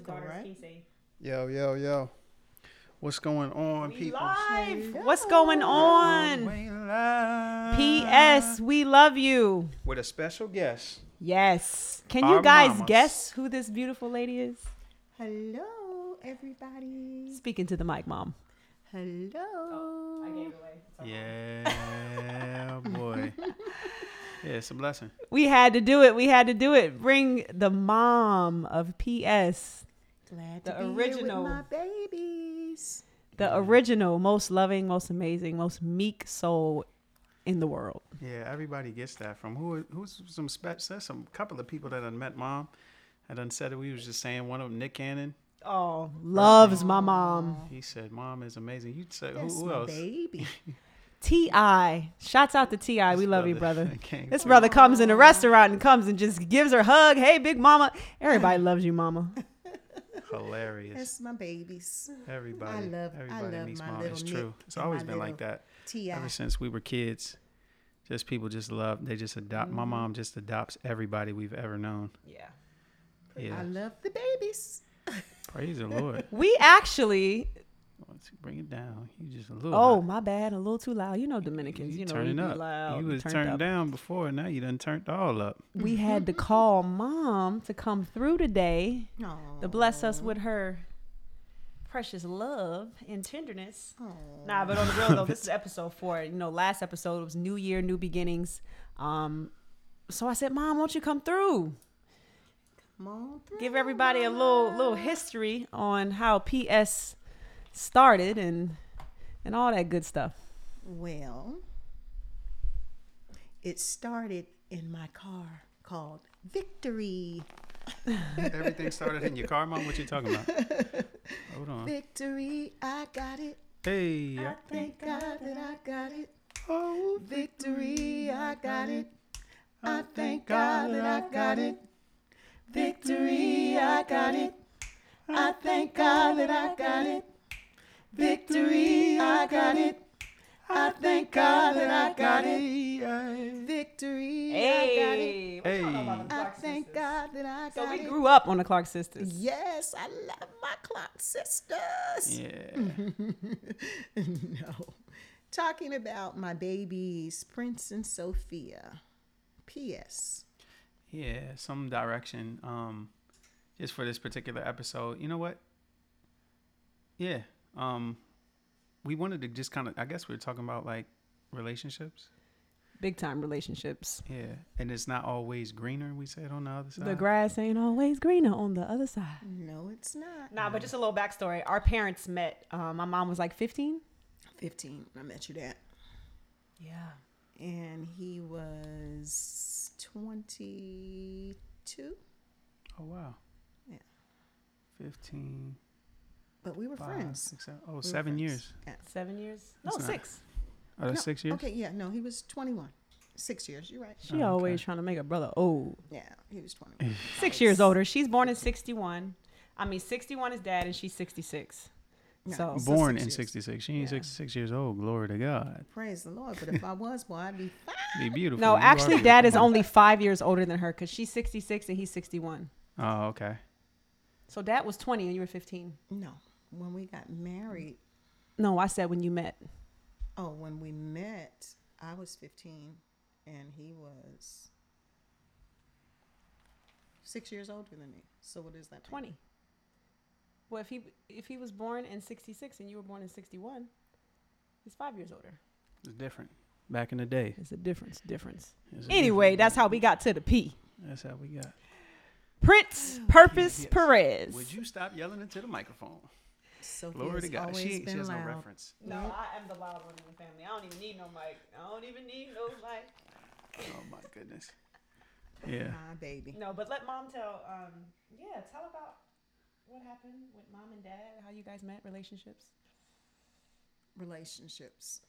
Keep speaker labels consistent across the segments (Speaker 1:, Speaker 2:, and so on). Speaker 1: ago,
Speaker 2: daughter's
Speaker 1: right?
Speaker 2: Kise.
Speaker 3: Yo, yo, yo. What's going on,
Speaker 2: We
Speaker 3: people?
Speaker 2: live.
Speaker 1: Hey,
Speaker 2: What's
Speaker 1: yo.
Speaker 2: going on?
Speaker 3: We live.
Speaker 2: P.S. We love you.
Speaker 3: With a special guest.
Speaker 2: Yes. Can
Speaker 3: Our
Speaker 2: you guys
Speaker 3: mamas.
Speaker 2: guess who this beautiful lady is?
Speaker 1: Hello, everybody.
Speaker 2: Speaking to the mic, mom.
Speaker 3: Oh,
Speaker 1: Hello.
Speaker 3: Yeah, boy. yeah, it's a blessing.
Speaker 2: We had to do it. We had to do it. Bring the mom of P.S.
Speaker 1: Glad
Speaker 2: The
Speaker 1: to be
Speaker 2: original.
Speaker 1: here with my babies.
Speaker 2: The
Speaker 3: Mm-hmm.
Speaker 2: original, most loving, most amazing, most meek soul in the world.
Speaker 3: Yeah, everybody gets that from who? Who's some spe- says some couple of people that I met mom. I done said it. We was just saying one of them, Nick Cannon.
Speaker 2: Oh, loves my mom.
Speaker 3: He said, "Mom is amazing." You said, "Who,
Speaker 1: That's
Speaker 3: who
Speaker 1: my
Speaker 3: else?"
Speaker 1: baby.
Speaker 2: T.I. Shouts out to T.I. We
Speaker 3: This
Speaker 2: love you, brother.
Speaker 3: came
Speaker 2: This
Speaker 3: through.
Speaker 2: brother comes in a restaurant and comes and just gives her a hug. Hey, big mama. Everybody loves you, mama.
Speaker 3: hilarious.
Speaker 1: That's my babies.
Speaker 3: Everybody,
Speaker 1: love- I
Speaker 3: everybody
Speaker 1: love
Speaker 3: meets
Speaker 1: my
Speaker 3: mom.
Speaker 1: little
Speaker 3: It's
Speaker 1: Nick
Speaker 3: true. It's
Speaker 1: and my
Speaker 3: always been like
Speaker 1: little
Speaker 3: that.
Speaker 1: Ti.
Speaker 3: ever since we were kids. Just people just love. They just adopt.
Speaker 1: Mm-hmm.
Speaker 3: My mom just adopts everybody we've ever known.
Speaker 2: Yeah.
Speaker 3: Yeah,
Speaker 1: I love the babies.
Speaker 3: praise the Lord.
Speaker 2: We actually,
Speaker 3: Let's bring it down. You just a little.
Speaker 2: oh,
Speaker 3: hot.
Speaker 2: my bad, a little too loud. You know, Dominicans, you,
Speaker 3: you
Speaker 2: know,
Speaker 3: turning
Speaker 2: we be
Speaker 3: up.
Speaker 2: loud,
Speaker 3: you
Speaker 2: we
Speaker 3: was
Speaker 2: turned
Speaker 3: turned
Speaker 2: up.
Speaker 3: down before. Now you done turned all up.
Speaker 2: We had to call mom to come through today
Speaker 1: No.
Speaker 2: to bless us with her precious love and tenderness. Nah, but on the real though, this is episode four. You know, last episode was New Year, New Beginnings. Um, so I said, Mom, won't you come through?
Speaker 1: Mom,
Speaker 2: Give everybody a little little history on how PS started and and all that good stuff.
Speaker 1: Well, it started in my car called Victory.
Speaker 3: Everything started in your car, mom. What you talking about? Hold on.
Speaker 1: Victory, I got it.
Speaker 3: Hey, I
Speaker 1: Thank God that I got it.
Speaker 3: oh,
Speaker 1: Victory, I got it. I thank God that I got it. Victory, I got it. I thank God that I got it. Victory, I got it. I thank God that I got it.
Speaker 3: Hey,
Speaker 1: Victory,
Speaker 2: Hey,
Speaker 3: I got it.
Speaker 1: I got it. I thank God that I
Speaker 2: so
Speaker 1: got
Speaker 2: we
Speaker 1: it.
Speaker 2: grew up on the Clark sisters.
Speaker 1: Yes, I love my clock sisters.
Speaker 3: yeah.
Speaker 1: no. Talking about my babies, Prince and Sophia. P.S.
Speaker 3: Yeah, some direction. Um, just for this particular episode, you know what? Yeah. Um, we wanted to just kind of. I guess we were talking about like relationships.
Speaker 2: Big time relationships.
Speaker 3: Yeah, and it's not always greener. We said on the other side.
Speaker 2: The grass ain't always greener on the other side.
Speaker 1: No, it's not.
Speaker 2: Nah, but just a little backstory. Our parents met. Um, my mom was like 15.
Speaker 1: 15 when I met you that.
Speaker 2: Yeah.
Speaker 1: And he was 22,
Speaker 3: oh wow.
Speaker 1: Yeah.
Speaker 3: Fifteen.
Speaker 1: but we were
Speaker 3: five,
Speaker 1: friends.
Speaker 3: six, seven- oh,
Speaker 1: We were
Speaker 3: seven
Speaker 1: friends.
Speaker 3: years.
Speaker 1: Yeah.
Speaker 2: Seven years? No,
Speaker 3: That's not-
Speaker 2: six.
Speaker 3: Oh, that's
Speaker 1: No,
Speaker 3: six years.
Speaker 1: Okay, yeah, no, he was 21. Six years, you're right.
Speaker 2: She
Speaker 3: Oh, okay.
Speaker 2: always trying to make her brother old.
Speaker 1: Yeah, he was 21.
Speaker 2: Six years older. She's born in 61. I mean, 61 is dad, and she's 66.
Speaker 1: No,
Speaker 2: Oh, So-
Speaker 1: so
Speaker 3: Born
Speaker 1: six
Speaker 3: in
Speaker 1: years.
Speaker 3: '66. She ain't
Speaker 2: Yeah.
Speaker 3: 66 years old. Glory to God.
Speaker 1: Praise the Lord, but if I was, boy, I'd be fine.
Speaker 3: Be beautiful. You
Speaker 2: No,
Speaker 3: are
Speaker 2: actually, dad is
Speaker 3: beautiful.
Speaker 2: only five years older than her because she's 66 and he's 61.
Speaker 3: Oh, okay.
Speaker 2: So dad was 20 and you were 15.
Speaker 1: No, when we got married,
Speaker 2: No, I said when you met.
Speaker 1: Oh, when we met, I was 15 and he was six years older than me. So, what is that? make?
Speaker 2: 20. Well, if he if he was born in 66 and you were born in 61, he's five years older.
Speaker 3: It's different. Back in the day.
Speaker 2: It's a difference. Difference.
Speaker 3: It's a
Speaker 2: Anyway,
Speaker 3: different-
Speaker 2: that's how we got to the P.
Speaker 3: That's how we got.
Speaker 2: Prince Purpose
Speaker 3: Yes.
Speaker 2: Perez.
Speaker 3: Would you stop yelling into the microphone?
Speaker 1: Sophie
Speaker 3: Glory
Speaker 1: has
Speaker 3: to God.
Speaker 1: always
Speaker 3: She, she
Speaker 1: been
Speaker 3: has
Speaker 1: loud.
Speaker 3: no reference.
Speaker 2: No, I am the loud one in the family. I don't even need no mic. I don't even need no mic.
Speaker 3: Oh my goodness. Yeah.
Speaker 1: My baby.
Speaker 2: No, but let mom tell. Um, yeah, tell about what happened with mom and dad. How you guys met, relationships.
Speaker 1: Relationships.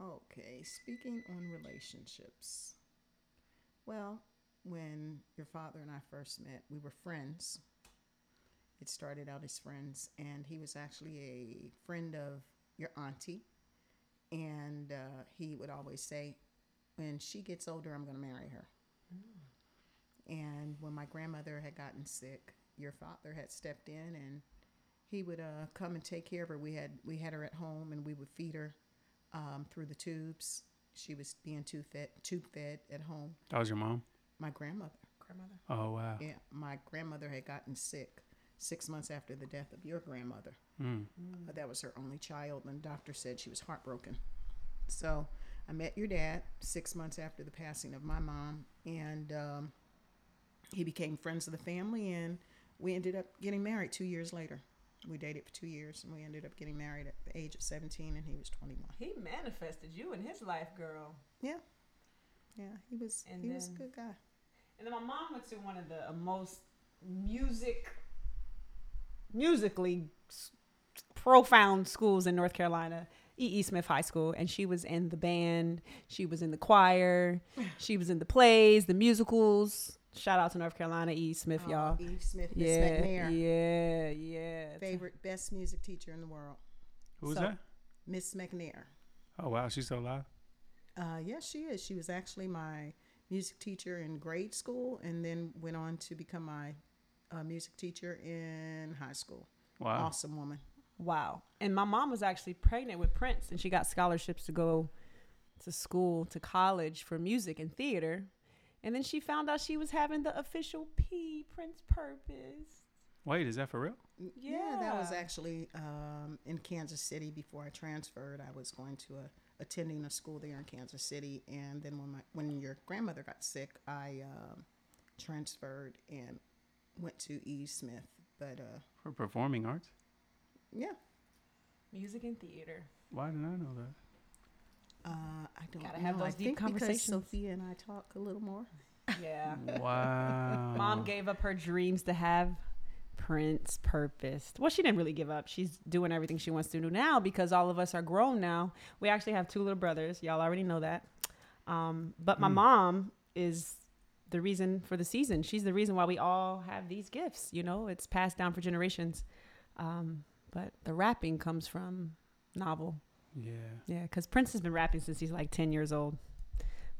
Speaker 1: Okay, speaking on relationships. Well, when your father and I first met, we were friends. It started out as friends, and he was actually a friend of your auntie. And uh, he would always say, When she gets older, I'm going to marry her. And when my grandmother had gotten sick, your father had stepped in and he would uh, come and take care of her. We had we had her at home and we would feed her um, through the tubes. She was being tube fed, tube fed at home.
Speaker 3: That was your mom.
Speaker 1: My grandmother,
Speaker 2: Grandmother.
Speaker 3: Oh wow.
Speaker 1: yeah, my grandmother had gotten sick six months after the death of your grandmother.
Speaker 3: Mm.
Speaker 1: Uh, That was her only child, and the doctor said she was heartbroken. So I met your dad six months after the passing of my mom, and um, he became friends of the family, and we ended up getting married two years later. We dated for two years, and we ended up getting married at the age of 17, and he was 21.
Speaker 2: He manifested you in his life, girl.
Speaker 1: Yeah. Yeah, he was
Speaker 2: And
Speaker 1: he was a
Speaker 2: then-
Speaker 1: good guy.
Speaker 2: And then my mom went to one of the most music, musically s- profound schools in North Carolina, E. E. Smith High School, and she was in the band, she was in the choir, she was in the plays, the musicals. Shout out to North Carolina E. E. Smith,
Speaker 1: Oh,
Speaker 2: y'all.
Speaker 1: Eve Smith, Miss
Speaker 2: Yeah,
Speaker 1: McNair,
Speaker 2: yeah, yeah.
Speaker 1: favorite best music teacher in the world,
Speaker 3: Who was
Speaker 2: So-
Speaker 3: that?
Speaker 1: Miss McNair.
Speaker 3: Oh wow, she's still alive.
Speaker 1: Uh, yes, she is. She was actually my music teacher in grade school and then went on to become my uh, music teacher in high school.
Speaker 3: Wow.
Speaker 1: Awesome woman.
Speaker 2: Wow. And my mom was actually pregnant with Prince and she got scholarships to go to school, to college for music and theater. And then she found out she was having the official P Prince purpose.
Speaker 3: Wait, is that for real?
Speaker 1: that was
Speaker 2: Yeah.
Speaker 1: actually um, in Kansas City before I transferred. I was going to a attending a school there in Kansas City, and then when my when your grandmother got sick, I um, transferred and went to E. Smith. But uh,
Speaker 3: For performing arts?
Speaker 1: yeah,
Speaker 2: Music and theater.
Speaker 3: Why didn't I know that?
Speaker 1: uh, I don't
Speaker 2: Gotta
Speaker 1: know.
Speaker 2: have
Speaker 1: I
Speaker 2: those deep
Speaker 1: think because
Speaker 2: conversations.
Speaker 1: Sophia and I talk a little more.
Speaker 2: Yeah.
Speaker 3: Wow.
Speaker 2: Mom gave up her dreams to have Prince purpose. Well, she didn't really give up. She's doing everything she wants to do now because all of us are grown now. We actually have two little brothers. Y'all already know that. Um, but my
Speaker 3: Mm.
Speaker 2: mom is the reason for the season. She's the reason why we all have these gifts. You know, it's passed down for generations. Um, but the rapping comes from novel.
Speaker 3: Yeah.
Speaker 2: Yeah, because Prince has been rapping since he's like 10 years old.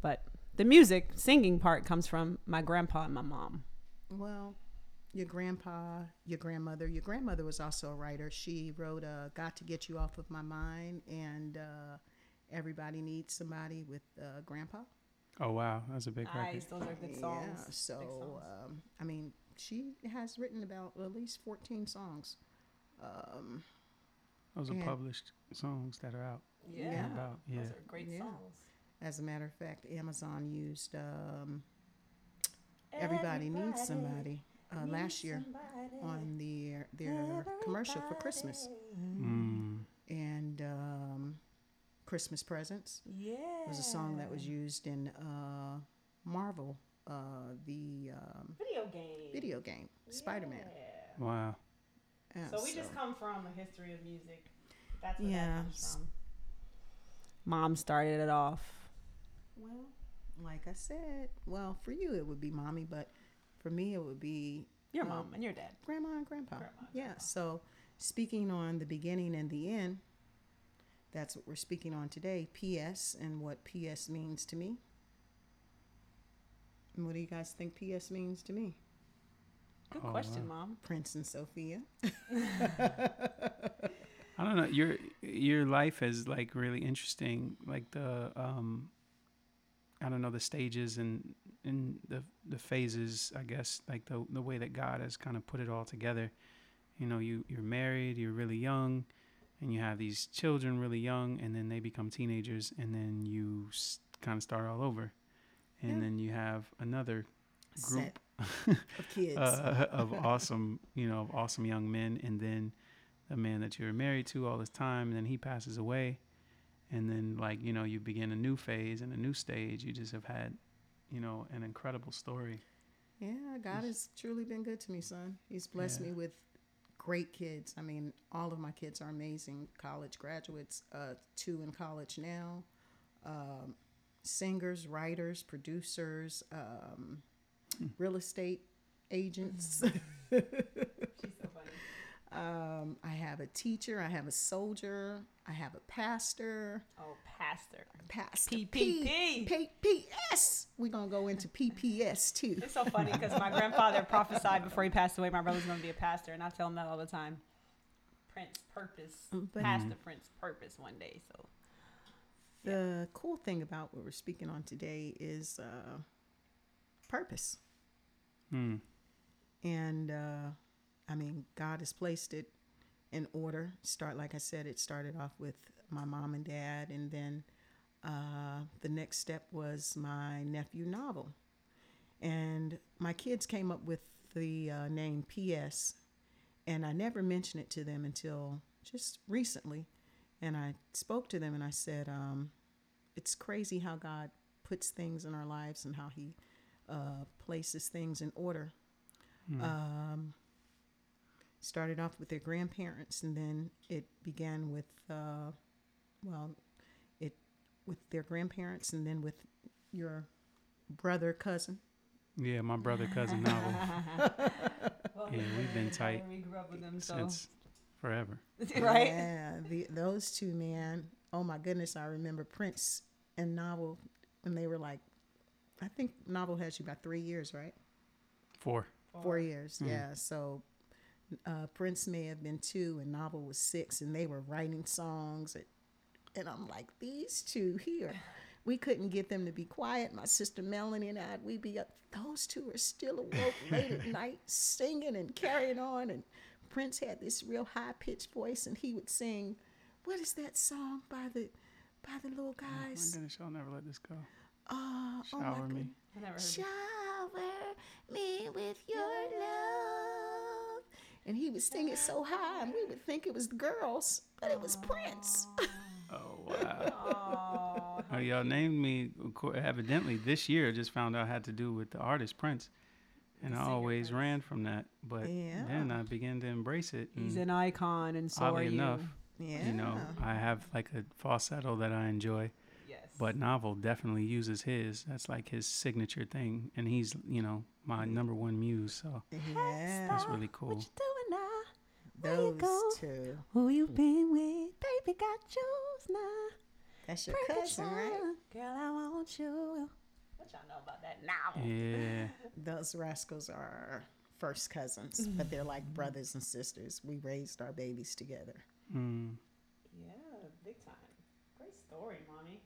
Speaker 2: But the music, singing part comes from my grandpa and my mom.
Speaker 1: Well, your grandpa, your grandmother. Your grandmother was also a writer. She wrote uh, "Got to Get You Off of My Mind" and uh, "Everybody Needs Somebody" with uh, Grandpa.
Speaker 3: Oh wow, that's a big record.
Speaker 2: Nice. Those are good
Speaker 1: Yeah.
Speaker 2: songs.
Speaker 1: So,
Speaker 2: songs.
Speaker 1: Um, I mean, she has written about at least fourteen songs. Um,
Speaker 3: Those are
Speaker 1: Yeah.
Speaker 3: published songs that are out.
Speaker 1: Yeah.
Speaker 3: and About. Yeah.
Speaker 2: Those are great
Speaker 1: Yeah.
Speaker 2: songs.
Speaker 1: as a matter of fact, Amazon used um, "Everybody, Needs Somebody" uh, last year on their their commercial for Christmas
Speaker 3: Mm.
Speaker 1: and um, Christmas presents.
Speaker 2: Yeah.
Speaker 1: It was a song that was used in uh, Marvel, uh, the um,
Speaker 2: Video game.
Speaker 1: video game Spider Man.
Speaker 2: Yeah.
Speaker 3: Wow.
Speaker 2: So we just come from a history of music. That's
Speaker 1: where
Speaker 2: where
Speaker 1: that Yeah.
Speaker 2: that
Speaker 1: comes
Speaker 2: comes from. Mom started it off.
Speaker 1: well, like I said, well for you it would be mommy, but for me it would be
Speaker 2: Your
Speaker 1: Um,
Speaker 2: mom and your dad.
Speaker 1: grandma and grandpa.
Speaker 2: Grandma and
Speaker 1: yeah.
Speaker 2: grandpa.
Speaker 1: So speaking on the beginning and the end, that's what we're speaking on today. P.S. and what P.S. means to me. And what do you guys think P.S. means to me?
Speaker 2: Good
Speaker 3: Oh,
Speaker 2: question, mom.
Speaker 1: Prince and Sophia.
Speaker 3: I don't know. Your your life is like really interesting. Like the um, I don't know the stages and and the the phases. I guess like the the way that God has kind of put it all together. You know, you you're married. You're really young, and you have these children really young, and then they become teenagers, and then you s- kind of start all over, and
Speaker 1: Yeah.
Speaker 3: then you have another
Speaker 1: Set of kids.
Speaker 3: uh, of awesome, you know, of awesome young men, and then the man that you're married to all this time, and then he passes away, and then like you know, you begin a new phase and a new stage. You just have had, you know, an incredible story.
Speaker 1: Yeah, God has truly been good to me, son. He's blessed
Speaker 3: Yeah.
Speaker 1: me with great kids. I mean, all of my kids are amazing college graduates, uh, two in college now, um, singers, writers, producers, um, real estate agents.
Speaker 2: She's so funny.
Speaker 1: Um, I have a teacher. I have a soldier. I have a pastor.
Speaker 2: Oh, pastor.
Speaker 1: Pastor.
Speaker 2: PPP.
Speaker 1: P- PPS. We're going to go into PPS too.
Speaker 2: It's so funny because my grandfather prophesied before he passed away, my brother's going to be a pastor, and I tell him that all the time. Prince Purpose, Pastor Prince Purpose, one day. So
Speaker 1: The cool thing about what we're speaking on today is uh, purpose.
Speaker 3: Hmm.
Speaker 1: And uh, I mean, God has placed it in order. Start, like I said, it started off with my mom and dad, and then uh, the next step was my nephew novel. And my kids came up with the uh, name P.S., and I never mentioned it to them until just recently. And I spoke to them and I said, um, It's crazy how God puts things in our lives and how He uh, places things in order
Speaker 3: Hmm. Mm-hmm.
Speaker 1: um, started off with their grandparents and then it began with uh, well it with their grandparents and then with your brother cousin
Speaker 3: Yeah, my brother cousin novel
Speaker 2: well,
Speaker 3: Yeah, we've been tight
Speaker 2: We grew up with them, so
Speaker 3: since forever.
Speaker 2: right.
Speaker 1: yeah the, those two man oh my goodness i remember prince and novel when they were like i think novel has you about three years right
Speaker 3: Four.
Speaker 1: four years
Speaker 3: Hmm.
Speaker 1: yeah so uh, prince may have been two and novel was six and they were writing songs and, and i'm like these two here we couldn't get them to be quiet my sister melanie and i we'd be up those two are still awoke late at night singing and carrying on and prince had this real high-pitched voice and he would sing what is that song by the by the little
Speaker 3: My
Speaker 1: guys
Speaker 3: goodness, I'll never let this go.
Speaker 1: uh, oh my
Speaker 3: Shower me.
Speaker 1: goodness.
Speaker 2: I never heard of
Speaker 1: Shower me with your love. And he was singing so high, and we would think it was the girls, but it was Prince.
Speaker 3: Oh wow.
Speaker 2: Oh,
Speaker 3: Oh, y'all named me co- evidently this year. Just found out had to do with the artist Prince, and I always ran from that. But
Speaker 1: Yeah.
Speaker 3: then I began to embrace it.
Speaker 2: he's
Speaker 3: and
Speaker 2: an icon, and so
Speaker 3: oddly
Speaker 2: are you.
Speaker 3: enough,
Speaker 1: yeah.
Speaker 3: you know, I have like a falsetto that I enjoy,
Speaker 2: Yes.
Speaker 3: but Novel definitely uses his. That's like his signature thing, and he's you know my number one muse. So
Speaker 1: yeah.
Speaker 3: that's really cool.
Speaker 2: what you doing now? Where you
Speaker 1: Those
Speaker 2: go?
Speaker 1: two.
Speaker 2: Who you been with? Baby got shoes now.
Speaker 1: That's your
Speaker 2: Break it
Speaker 1: cousin, right?
Speaker 2: down. Girl, I want you. What y'all know about that novel?
Speaker 3: Yeah,
Speaker 1: Those rascals are first cousins, but they're like brothers and sisters. We raised our babies together.
Speaker 3: mm,
Speaker 2: Yeah, big time. Great story, mommy.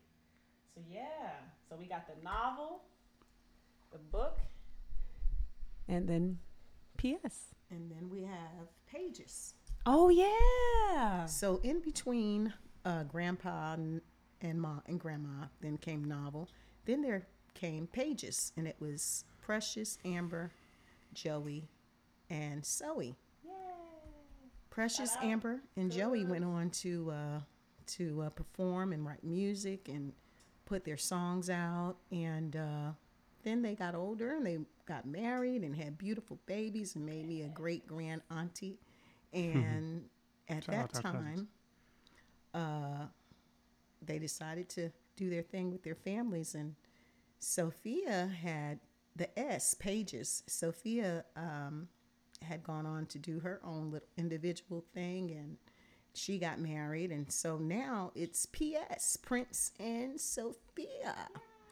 Speaker 2: So yeah, so we got the novel, the book, and then P.S.
Speaker 1: And then we have Pages.
Speaker 2: Oh yeah.
Speaker 1: So in between uh, grandpa and, and ma and grandma, then came novel. Then there came pages, and it was Precious, Amber, Joey, and Zoe. Precious, Amber, and Joey went on to uh, to uh, perform and write music and put their songs out. And uh, then they got older and they got married and had beautiful babies and made me a great grand auntie. And at
Speaker 3: Shout out
Speaker 1: that
Speaker 3: to our cousins.
Speaker 1: time, uh, they decided to do their thing with their families. And Sophia had the S pages. Sophia um, had gone on to do her own little individual thing and she got married. And so now it's PS, Prince and Sophia.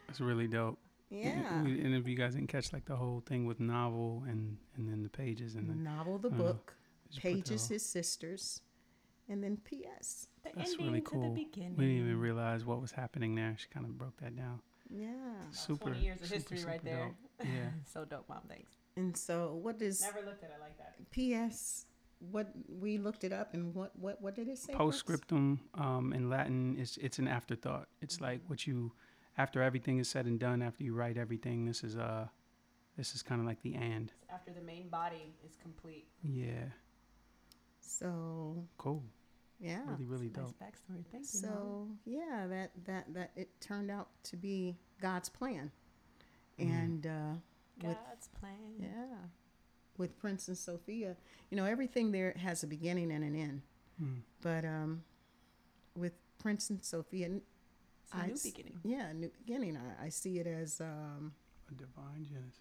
Speaker 3: that's really dope.
Speaker 1: Yeah.
Speaker 3: And- And if you guys didn't catch like the whole thing with Novel and and then the pages and then
Speaker 1: Novel, the
Speaker 3: I don't know.
Speaker 1: book,
Speaker 3: Just put that
Speaker 1: Pages,
Speaker 3: off.
Speaker 1: his sisters, and then PS.
Speaker 2: The
Speaker 3: That's really cool. We didn't even realize what was happening there. She kind of broke that down.
Speaker 1: Yeah.
Speaker 3: Super.
Speaker 2: 20 years of
Speaker 3: super,
Speaker 2: history right
Speaker 3: super
Speaker 2: there.
Speaker 3: dope. Yeah.
Speaker 2: So dope, mom. Thanks.
Speaker 1: And so what does
Speaker 2: Never looked at it like that.
Speaker 1: PS what we looked it up and what what what did it say? Brooks?
Speaker 3: Postscriptum um, in Latin is it's an afterthought. It's like
Speaker 2: Mm-hmm.
Speaker 3: what you after everything is said and done. After you write everything, this is uh this is kind of like the and.
Speaker 2: It's after the main body is complete.
Speaker 3: Yeah.
Speaker 1: So
Speaker 3: Cool.
Speaker 1: yeah.
Speaker 3: Really, really
Speaker 2: Nice
Speaker 3: dope.
Speaker 2: backstory. Thank you. Mom.
Speaker 1: So yeah, that that that it turned out to be God's plan, and uh, with-
Speaker 2: God's plan.
Speaker 1: yeah, with Prince and Sophia, you know everything there has a beginning and an end.
Speaker 3: Mm.
Speaker 1: But um, with Prince and Sophia, n-
Speaker 2: It's a
Speaker 1: I
Speaker 2: new
Speaker 1: s-
Speaker 2: beginning.
Speaker 1: yeah, new beginning. I, I see it as um,
Speaker 3: A divine genesis.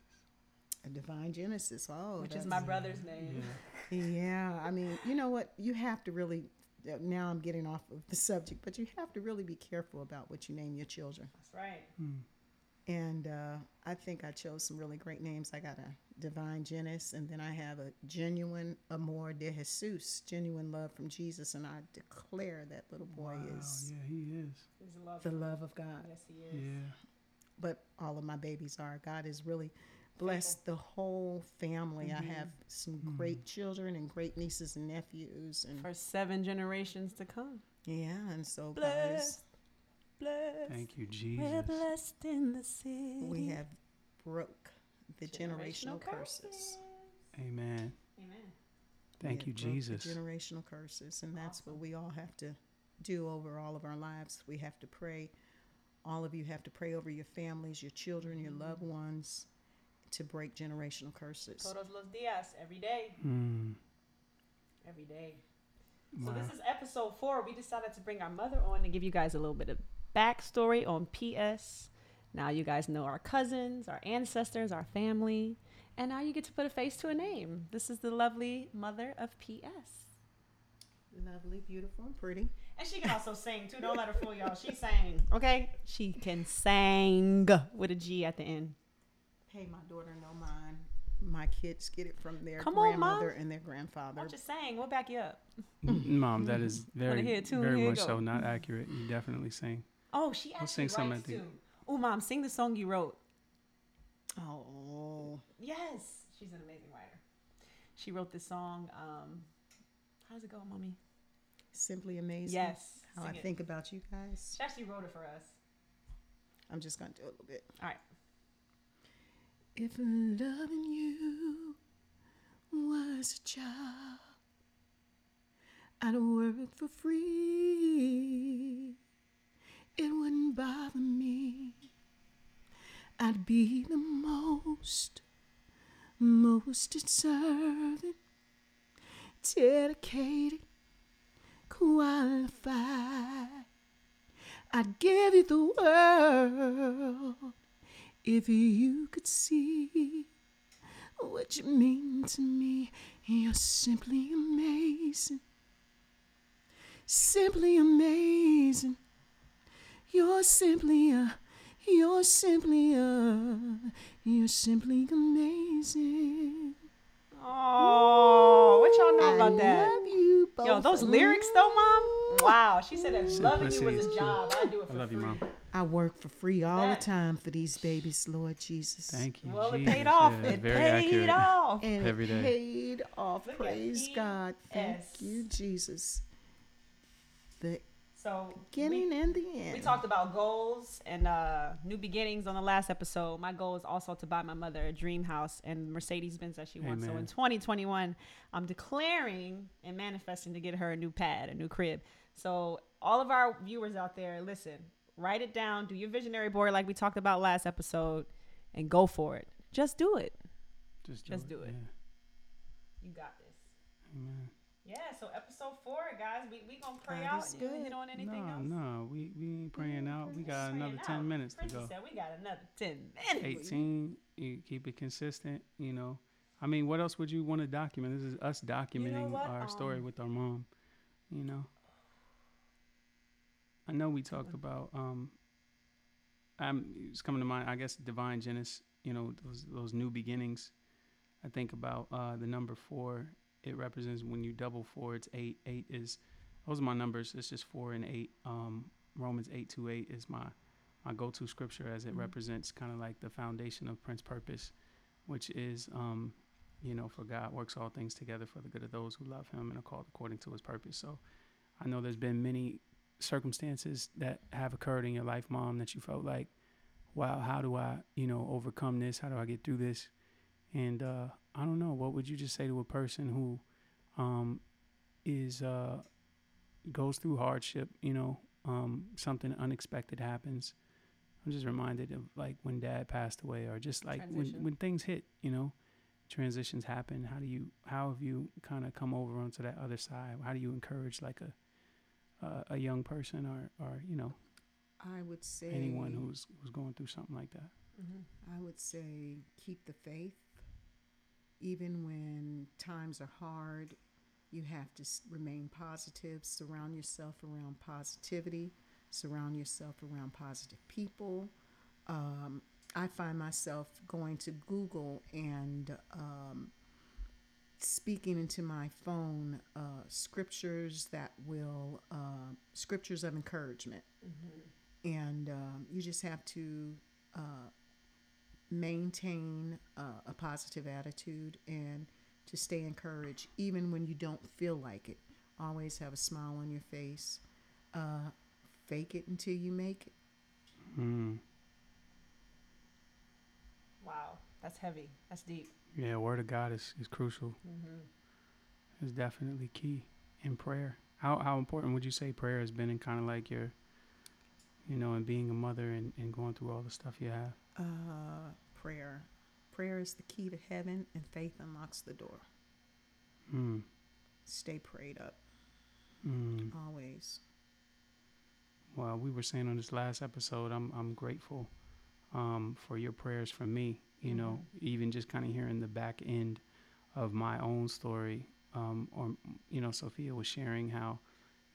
Speaker 1: A divine genesis. Oh,
Speaker 2: which is
Speaker 1: that's-
Speaker 2: my brother's name.
Speaker 1: Yeah, I mean, you know what? You have to really. uh, Now I'm getting off of the subject, but you have to really be careful about what you name your children.
Speaker 2: That's right.
Speaker 3: Mm.
Speaker 1: And uh, I think I chose some really great names. I got a Divine Genesis, and then I have a Genuine Amor de Jesus, genuine love from Jesus. And I declare that little boy is
Speaker 3: yeah, he is.
Speaker 2: He's a love.
Speaker 1: the love of God.
Speaker 2: Yes, he is.
Speaker 3: Yeah.
Speaker 1: But all of my babies are. God has really blessed the whole family. I have some great children and great nieces and nephews. And
Speaker 2: For seven generations to come.
Speaker 1: yeah, and so God is-
Speaker 2: Blessed. Blessed.
Speaker 3: Thank you,
Speaker 2: We're
Speaker 3: Jesus.
Speaker 2: blessed in the city.
Speaker 1: we have broke the generational, curses.
Speaker 2: Amen.
Speaker 3: Amen.
Speaker 1: We
Speaker 3: Thank
Speaker 1: have
Speaker 3: you,
Speaker 1: broke the
Speaker 3: Jesus.
Speaker 1: generational curses, and that's what we all have to do over all of our lives. We have to pray. All of you have to pray over your families, your children, your loved ones, to break generational curses.
Speaker 2: Todos los días, every day,
Speaker 3: Mm.
Speaker 2: every day. So
Speaker 3: Wow.
Speaker 2: this is episode four. We decided to bring our mother on to give you guys a little bit of backstory on PS. Now you guys know our cousins, our ancestors, our family, and now you get to put a face to a name. This is the lovely mother of PS.
Speaker 1: Lovely, beautiful, and pretty.
Speaker 2: And she can also sing too. Don't let her fool y'all. She sang. Okay? She can sing with a G at the end.
Speaker 1: Pay my daughter no mind. My kids get it from their
Speaker 2: Come on, Mom.
Speaker 1: grandmother and their grandfather.
Speaker 2: Don't just sang. We'll back you up.
Speaker 3: M- Mom, that is very,
Speaker 2: Mm-hmm. hear it too,
Speaker 3: very
Speaker 2: here you
Speaker 3: much
Speaker 2: go.
Speaker 3: so not accurate. You definitely sing.
Speaker 2: Oh, she actually
Speaker 3: sing some, I
Speaker 2: writes
Speaker 3: think.
Speaker 2: too. Oh, mom, sing the song you wrote.
Speaker 1: Oh,
Speaker 2: Yes, she's an amazing writer. She wrote this song. Um, how does it go, mommy?
Speaker 1: simply amazing.
Speaker 2: Yes,
Speaker 1: How
Speaker 2: sing
Speaker 1: I
Speaker 2: it.
Speaker 1: think about you guys.
Speaker 2: She actually wrote it for us.
Speaker 1: I'm just going to do a little bit.
Speaker 2: All right.
Speaker 1: If loving you was a job, I'd work for free. It wouldn't bother me. I'd be the most, most deserving, dedicated, qualified. I'd give you the world if you could see what you mean to me. You're simply amazing. Simply amazing. You're simply a. You're simply a. You're simply amazing.
Speaker 2: Oh, what y'all know about
Speaker 1: I
Speaker 2: that?
Speaker 1: love you both.
Speaker 2: Yo, those lyrics though, mom. Wow, she said that loving you
Speaker 3: Simplicity
Speaker 2: was
Speaker 3: is
Speaker 2: a
Speaker 3: key.
Speaker 2: job. I do it
Speaker 3: I
Speaker 2: for
Speaker 3: love
Speaker 2: free.
Speaker 3: you, Mom.
Speaker 1: I work for free all the
Speaker 2: That-
Speaker 1: time for these babies, Lord Jesus.
Speaker 3: Thank you.
Speaker 2: Well, it
Speaker 3: Jesus.
Speaker 2: paid off.
Speaker 3: Yeah,
Speaker 2: it
Speaker 3: very
Speaker 2: paid
Speaker 3: accurate.
Speaker 2: off.
Speaker 1: and
Speaker 3: Every
Speaker 1: it
Speaker 3: day.
Speaker 1: paid off.
Speaker 2: Look at E
Speaker 1: Praise God. Thank
Speaker 2: ES.
Speaker 1: you, Jesus. The
Speaker 2: So
Speaker 1: beginning and the end.
Speaker 2: We talked about goals and uh, new beginnings on the last episode. My goal is also to buy my mother a dream house and Mercedes Benz that she wants. So
Speaker 3: Amen.
Speaker 2: in 2021, I'm declaring and manifesting to get her a new pad, a new crib. So all of our viewers out there, listen, write it down, do your visionary board like we talked about last episode, and go for it. Just do it.
Speaker 3: Just do
Speaker 2: Just
Speaker 3: it.
Speaker 2: do it.
Speaker 3: Yeah.
Speaker 2: You got this.
Speaker 3: Amen.
Speaker 2: Yeah. So episode four, guys, we we gonna pray
Speaker 1: God
Speaker 2: out.
Speaker 1: is
Speaker 2: You wanna
Speaker 1: good.
Speaker 2: hit on anything
Speaker 3: no,
Speaker 2: else?
Speaker 3: no, we, we ain't praying out. We got
Speaker 2: Praying
Speaker 3: another
Speaker 2: out.
Speaker 3: 10 minutes to
Speaker 2: Princess
Speaker 3: go.
Speaker 2: said we got another ten minutes.
Speaker 3: 18, you keep it consistent, you know. I mean, what else would you want to document? This is us documenting
Speaker 2: what?
Speaker 3: our story
Speaker 2: Um,
Speaker 3: with our mom, you know. I know we talked about, um, I'm, it's coming to mind, I guess, Divine Genesis, you know, those, those new beginnings. I think about uh, the number four. It represents when you double four, it's eight. Eight is those are my numbers. It's just four and eight. Um, Romans eight to eight is my my go to scripture as it
Speaker 2: Mhm.
Speaker 3: represents kind of like the foundation of Prince Purpose, which is um, you know, for God works all things together for the good of those who love Him and are called according to His purpose. So, I know there's been many circumstances that have occurred in your life, Mom, that you felt like, wow, how do I, you know, overcome this? How do I get through this? And uh, I don't know. What would you just say to a person who um, is uh, goes through hardship? You know, um, something unexpected happens. I'm just reminded of like when Dad passed away, or just like
Speaker 2: Transition.
Speaker 3: when when things hit. You know, transitions happen. How do you? How have you kind of come over onto that other side? How do you encourage like a uh, a young person or or you know
Speaker 1: I would say
Speaker 2: Mm-hmm.
Speaker 3: anyone who's who's going through something like that?
Speaker 2: Mhm.
Speaker 1: I would say keep the faith. even when times are hard, you have to s- remain positive, surround yourself around positivity, surround yourself around positive people. Um, I find myself going to Google and um, speaking into my phone uh, scriptures that will, uh, scriptures of encouragement. And um, you just have to uh, maintain uh, a positive attitude and to stay encouraged even when you don't feel like it always have a smile on your face uh, fake it until you make it
Speaker 3: Mm.
Speaker 2: Wow, that's heavy. That's deep.
Speaker 3: Yeah, word of God is, is crucial. It's definitely key in prayer. How how important would you say prayer has been in kind of like your, you know, and being a mother and, and going through all the stuff you have?
Speaker 1: uh, prayer prayer is the key to heaven and faith unlocks the door
Speaker 3: Mm.
Speaker 1: stay prayed up
Speaker 3: Mm.
Speaker 1: always
Speaker 3: Well, we were saying on this last episode, I'm I'm grateful um, for your prayers for me. You know, even just kind of hearing the back end of my own story, um, or you know, Sophia was sharing how,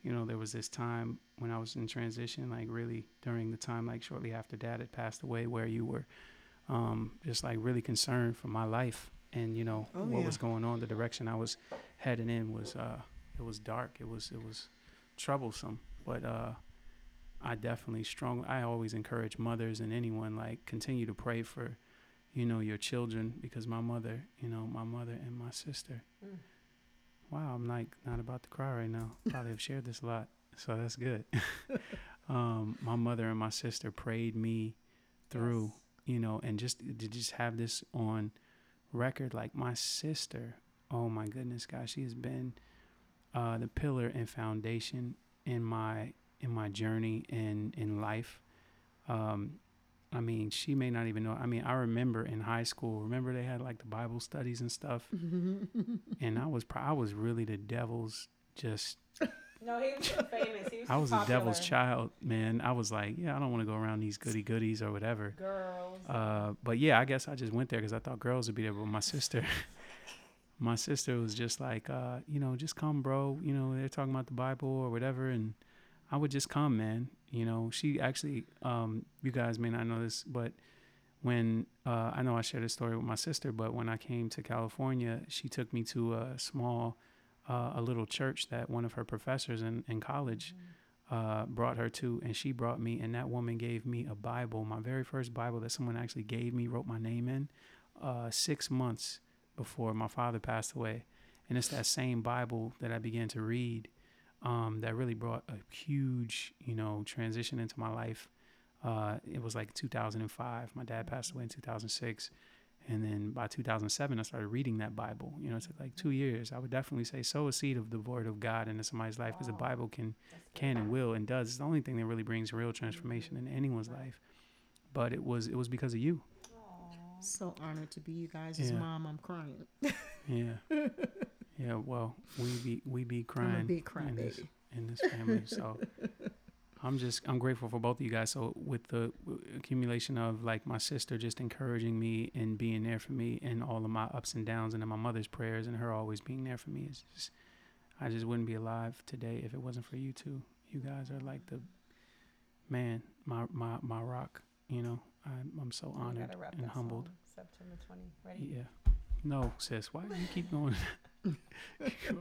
Speaker 3: you know, there was this time when I was in transition, like really during the time, like shortly after Dad had passed away, where you were um, just like really concerned for my life and you know
Speaker 1: Oh,
Speaker 3: what
Speaker 1: yeah.
Speaker 3: was going on. The direction I was heading in was uh, it was dark. It was it was troublesome, but. uh I definitely strongly I always encourage mothers and anyone like continue to pray for you know your children because my mother, you know, my mother and my sister.
Speaker 2: Mm.
Speaker 3: Wow, I'm like not about to cry right now. Probably have shared this a lot. So that's good. um my mother and my sister prayed me through
Speaker 2: Yes.
Speaker 3: you know, and just to just have this on record, like my sister, oh my goodness, God, she has been uh, the pillar and foundation in my in my journey and in life. Um, I mean, she may not even know. I mean, I remember in high school. Remember they had like the Bible studies and stuff, and I was pro- I was really the devil's just
Speaker 2: Mm. No, he was too famous. He was
Speaker 3: I
Speaker 2: too
Speaker 3: was the devil's
Speaker 2: popular.
Speaker 3: child, man. I was like, yeah, I don't want to go around these goody goodies or whatever.
Speaker 2: Girls.
Speaker 3: Uh, but yeah, I guess I just went there because I thought girls would be there. But my sister, my sister was just like, uh, you know, just come, bro. You know, they're talking about the Bible or whatever, and I would just come, man. You know, she actually, um, you guys may not know this, but when uh, I know I shared this story with my sister, but when I came to California, she took me to a small, uh, a little church that one of her professors in, in college uh, brought her to, and she brought me, and that woman gave me a Bible, my very first Bible that someone actually gave me, wrote my name in, uh, six months before my father passed away. And it's that same Bible that I began to read um, that really brought a huge, you know, transition into my life. Uh, it was like 2005. My dad passed away in 2006. And then by 2007, I started reading that Bible. You know, it took like two years. I would definitely say sow a seed of the word of God into somebody's life because
Speaker 2: Wow.
Speaker 3: the Bible can
Speaker 2: That's good.
Speaker 3: can and will and does. It's the only thing that really brings real transformation in anyone's
Speaker 2: Right.
Speaker 3: life. But it was it was because of you.
Speaker 2: Aw.
Speaker 1: so honored to be you guys'
Speaker 3: Yeah.
Speaker 1: mom i'm crying
Speaker 3: Yeah. yeah. Well, we be we be crying.
Speaker 1: i'm a big
Speaker 3: in this-
Speaker 1: crybaby
Speaker 3: in this family. So I'm just I'm grateful for both of you guys. So with the w- accumulation of like my sister just encouraging me and being there for me and all of my ups and downs and then my mother's prayers and her always being there for me is just I just wouldn't be alive today if it wasn't for you two. You guys are like the man, my my my rock. You know, I'm I'm so
Speaker 2: We
Speaker 3: honored
Speaker 2: gotta wrap
Speaker 3: and
Speaker 2: that
Speaker 3: humbled.
Speaker 2: song. September 20. Ready?
Speaker 3: Yeah. No, sis, why do you keep going? you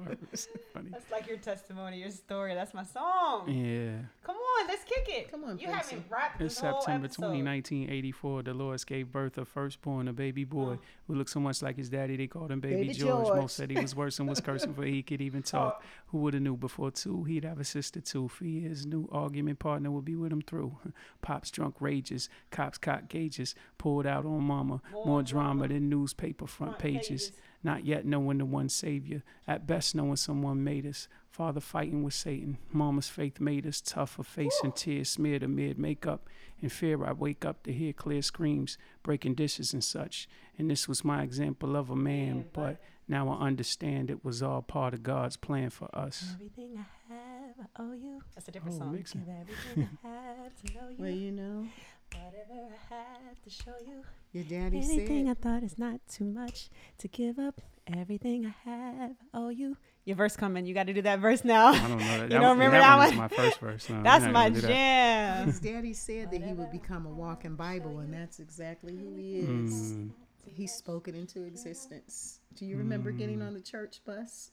Speaker 3: are so funny.
Speaker 2: That's like your testimony, your story. That's my song.
Speaker 3: Yeah.
Speaker 2: Come on, let's kick it.
Speaker 1: Come on,
Speaker 2: you
Speaker 1: Pacey.
Speaker 2: haven't wrapped
Speaker 3: In
Speaker 2: this whole
Speaker 3: September
Speaker 2: episode.
Speaker 3: 20, 1984, Dolores gave birth her firstborn, a baby boy
Speaker 2: Oh.
Speaker 3: who looked so much like his daddy they called him Baby,
Speaker 1: Baby
Speaker 3: George.
Speaker 1: George.
Speaker 3: Most said he was worse and was cursing before he could even talk. Who would have knew before two he'd have a sister too? For his new argument partner would be with him through. Pops drunk rages, cops cock gauges, pulled out on mama.
Speaker 2: More
Speaker 3: More, drama
Speaker 2: drama.
Speaker 3: than newspaper front,
Speaker 2: Front
Speaker 3: pages.
Speaker 2: pages.
Speaker 3: Not yet knowing the one savior. At best knowing someone made us. Father fighting with Satan. Mama's faith made us tougher. Face and tears smeared amid makeup. In fear, I wake up to hear clear screams, breaking dishes and such. And this was my example of a man,
Speaker 2: Man,
Speaker 3: but,
Speaker 2: but-
Speaker 3: now I understand it was all part of God's plan for us.
Speaker 2: Everything I have, I owe you. That's a different
Speaker 3: Oh,
Speaker 2: song.
Speaker 3: mixing.
Speaker 2: Give everything I have to know you.
Speaker 1: well you know
Speaker 2: Whatever I have to show you.
Speaker 1: Your daddy
Speaker 2: Anything
Speaker 1: said.
Speaker 2: I thought is not too much to give up. Everything I have, oh you. Your verse coming. You got to do that verse now.
Speaker 3: I don't know that.
Speaker 2: Mm. You
Speaker 3: that
Speaker 2: don't
Speaker 3: one-
Speaker 2: remember that
Speaker 3: that, one?
Speaker 2: one?
Speaker 3: Is my first verse. No, we're
Speaker 2: That's
Speaker 3: Oh, not
Speaker 2: my
Speaker 3: gonna do that.
Speaker 2: jam.
Speaker 1: His daddy said that he would become a walking Bible, and that's exactly who he is.
Speaker 3: Mm,
Speaker 1: He spoke it into existence. Do you remember getting
Speaker 2: Mm.
Speaker 1: on the church bus?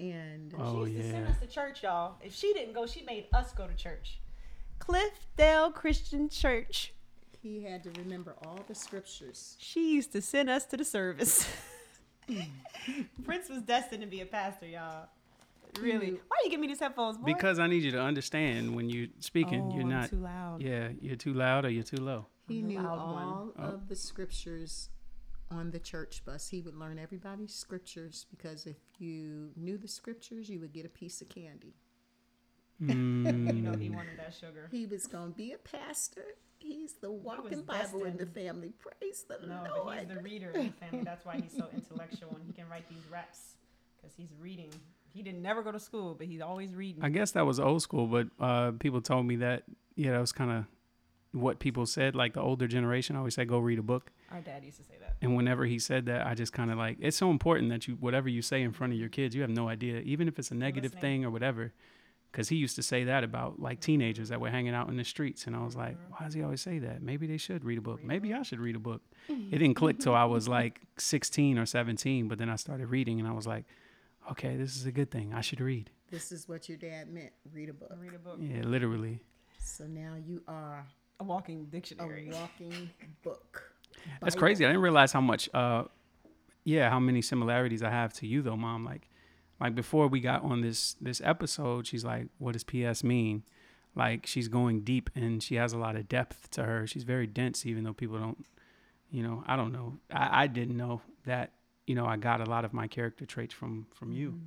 Speaker 1: And
Speaker 3: Oh
Speaker 2: she used to send
Speaker 3: yeah.
Speaker 2: us to church, y'all. If she didn't go, she made us go to church. Cliffdale Christian Church.
Speaker 1: he had to remember all the scriptures.
Speaker 2: She used to send us to the service. Prince was destined to be a pastor, y'all. Really? Why you give me these headphones, boy?
Speaker 3: Mm. Because I need you to understand when you're speaking,
Speaker 2: Oh,
Speaker 3: you're
Speaker 2: I'm
Speaker 3: not.
Speaker 2: too loud.
Speaker 3: Yeah, you're too loud or you're too low.
Speaker 1: He
Speaker 2: I'm the
Speaker 1: knew
Speaker 2: loud one. Oh.
Speaker 1: all of the scriptures on the church bus. He would learn everybody's scriptures because if you knew the scriptures, you would get a piece of candy.
Speaker 2: You
Speaker 3: Mm.
Speaker 2: know he wanted that sugar.
Speaker 1: He was going to be a pastor. He's the walking Bible in the family. Praise the
Speaker 2: No, but
Speaker 1: Lord.
Speaker 2: he's the reader in the family. That's why he's so intellectual and he can write these raps because he's reading. He didn't never go to school, but he's always reading.
Speaker 3: I guess that was old school, but uh, people told me that yeah, that was kind of what people said. Like the older generation always said, "Go read a book."
Speaker 2: Our dad used to say that.
Speaker 3: And whenever he said that, I just kind of like it's so important that you whatever you say in front of your kids, you have no idea, even if it's a negative
Speaker 2: listening.
Speaker 3: thing or whatever. Because he used to say that about like teenagers that were hanging out in the streets, and I was like, why does he always say that? Maybe they should Mm-hmm. read a book. Maybe I should read a book. It didn't click till I was like 16 or 17, but then I started reading, and I was like, okay, this is a good thing. I should read.
Speaker 1: This is what your dad meant. Read a book.
Speaker 2: Read a book.
Speaker 3: Yeah, literally.
Speaker 1: So now you are
Speaker 2: A walking
Speaker 1: a
Speaker 2: dictionary.
Speaker 1: walking book.
Speaker 3: That's
Speaker 1: Bible.
Speaker 3: crazy. I didn't realize how much, uh, yeah, how many similarities I have to you though, mom. Like, like before we got on this this episode, she's like, "What does PS mean?" Like she's going deep and she has a lot of depth to her. She's very dense, even though people don't, you know, I don't know. I, I didn't know that. You know, I got a lot of my character traits from from you.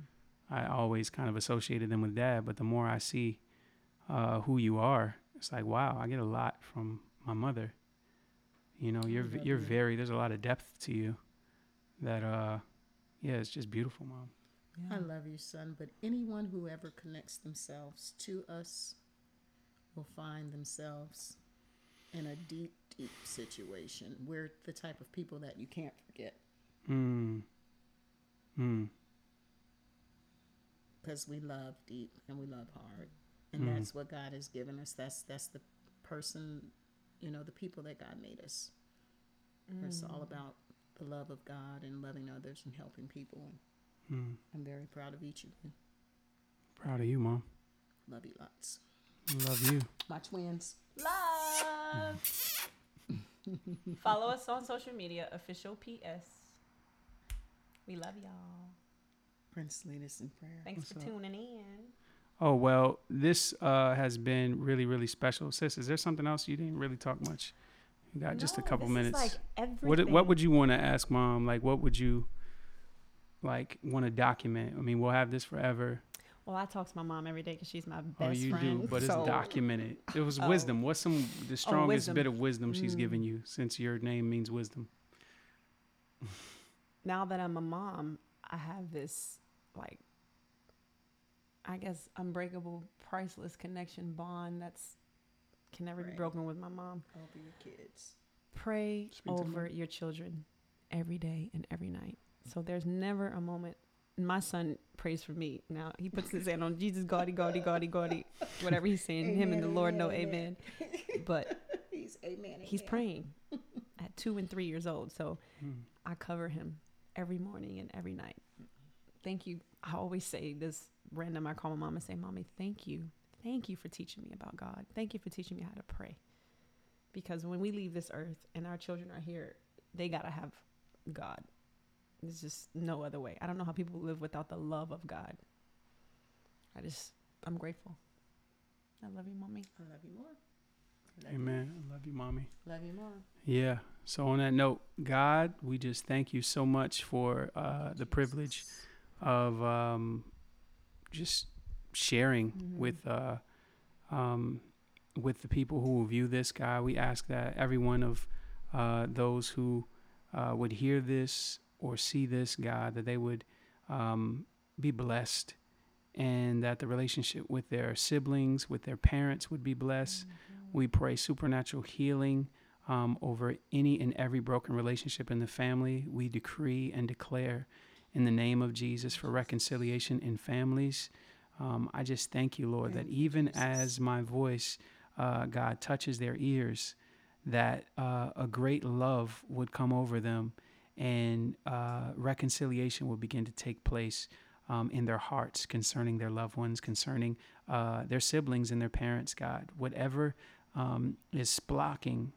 Speaker 2: Mm-hmm.
Speaker 3: I always kind of associated them with dad, but the more I see uh, who you are, it's like, wow, I get a lot from my mother. You know, you're v- you're very there's a lot of depth to you that uh yeah, it's just beautiful, mom.
Speaker 1: I love you, son, but anyone who ever connects themselves to us will find themselves in a deep, deep situation. We're the type of people that you can't forget
Speaker 3: Mm. Mm.
Speaker 1: because we love deep and we love hard. And that's what God has given us. That's that's the person, you know, the people that God made us. It's all
Speaker 2: Hmm.
Speaker 1: about the love of God and loving others and helping people. And
Speaker 3: Mm.
Speaker 1: I'm very proud of each of you.
Speaker 3: Proud of you, mom.
Speaker 1: Love you lots.
Speaker 3: Love you.
Speaker 1: My twins.
Speaker 2: Mm. Love. Follow us on social media, official PS. We love y'all.
Speaker 1: Prince, lead us in prayer.
Speaker 2: Thanks for
Speaker 3: up?
Speaker 2: tuning in.
Speaker 3: Oh, well, this uh has been really really special. Sis, is there something else you didn't really talk much? You got just a
Speaker 2: No,
Speaker 3: couple
Speaker 2: this is,
Speaker 3: minutes.
Speaker 2: like,
Speaker 3: what what
Speaker 2: everything.
Speaker 3: would you want to ask mom? Like what would you like want to document? I mean, we'll have this forever.
Speaker 2: Well, I talk to my mom every day because she's my best
Speaker 3: Oh, you
Speaker 2: friend.
Speaker 3: do, but it's
Speaker 2: so-
Speaker 3: documented. It was
Speaker 2: Oh.
Speaker 3: wisdom. What's some the strongest
Speaker 2: wisdom. Mm.
Speaker 3: bit of wisdom she's given you since your name means wisdom?
Speaker 2: now that I'm a mom, I have this like I guess unbreakable, priceless connection bond that's can never be
Speaker 1: Right.
Speaker 2: broken with my mom.
Speaker 1: Over your kids.
Speaker 2: Pray
Speaker 3: to
Speaker 2: over your children every day and every night. So there's never a moment my son prays for me. Now he puts his hand on Jesus, Gaudy, Gaudy, Gaudy, Gaudy, whatever he's saying. him and the
Speaker 1: Amen,
Speaker 2: Lord know,
Speaker 1: amen,
Speaker 2: amen. But
Speaker 1: He's amen.
Speaker 2: he's
Speaker 1: amen.
Speaker 2: praying at two and three years old. So I cover him every morning and every night. Thank you. I always say this random. I call my mom and say, Mommy, thank you. Thank you for teaching me about God. Thank you for teaching me how to pray. Because when we leave this earth and our children are here, they got to have God. There's just no other way. I don't know how people live without the love of God. I just, I'm grateful. I love you, Mommy.
Speaker 1: I love you more. Love you.
Speaker 3: Amen. I love you, mommy.
Speaker 1: Love you more.
Speaker 3: Yeah. So on that note, God, we just thank you so much for uh, the privilege of um, just sharing with uh, um, with the people who will view this guy. We ask that every one of uh, those who uh, would hear this or see this guy, that they would um, be blessed, and that the relationship with their siblings, with their parents, would be blessed. We pray supernatural healing um, over any and every broken relationship in the family. We decree and declare in the name of Jesus for reconciliation in families. Um, I just thank you, Lord, that even as my voice, uh, God, touches their ears, that uh, a great love would come over them and uh, reconciliation will begin to take place um, in their hearts concerning their loved ones, concerning uh, their siblings and their parents, God. Whatever um, is blocking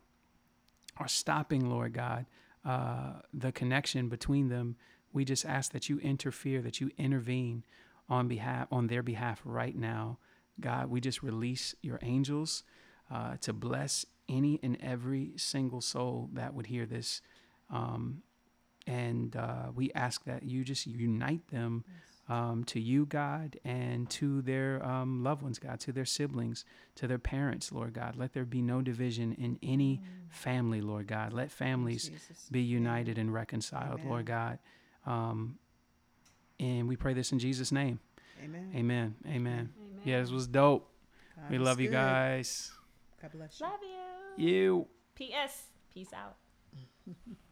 Speaker 3: or stopping, Lord God, uh, the connection between them, we just ask that you interfere, that you intervene on behalf on their behalf right now. God, we just release your angels uh, to bless any and every single soul that would hear this. Um, and uh, we ask that you just unite them um, to you, God, and to their um, loved ones, God, to their siblings, to their parents, Lord God. Let there be no division in any family, Lord God. Let families
Speaker 1: Jesus.
Speaker 3: be united and reconciled,
Speaker 1: Amen.
Speaker 3: Lord God. Um, and we pray this in Jesus' name.
Speaker 1: Amen.
Speaker 3: Amen. Amen.
Speaker 2: Amen.
Speaker 3: Yeah, this was dope.
Speaker 1: God
Speaker 3: we
Speaker 1: is
Speaker 3: love you
Speaker 1: good.
Speaker 3: guys.
Speaker 1: God bless you.
Speaker 2: Love you.
Speaker 3: You.
Speaker 2: P.S. Peace out.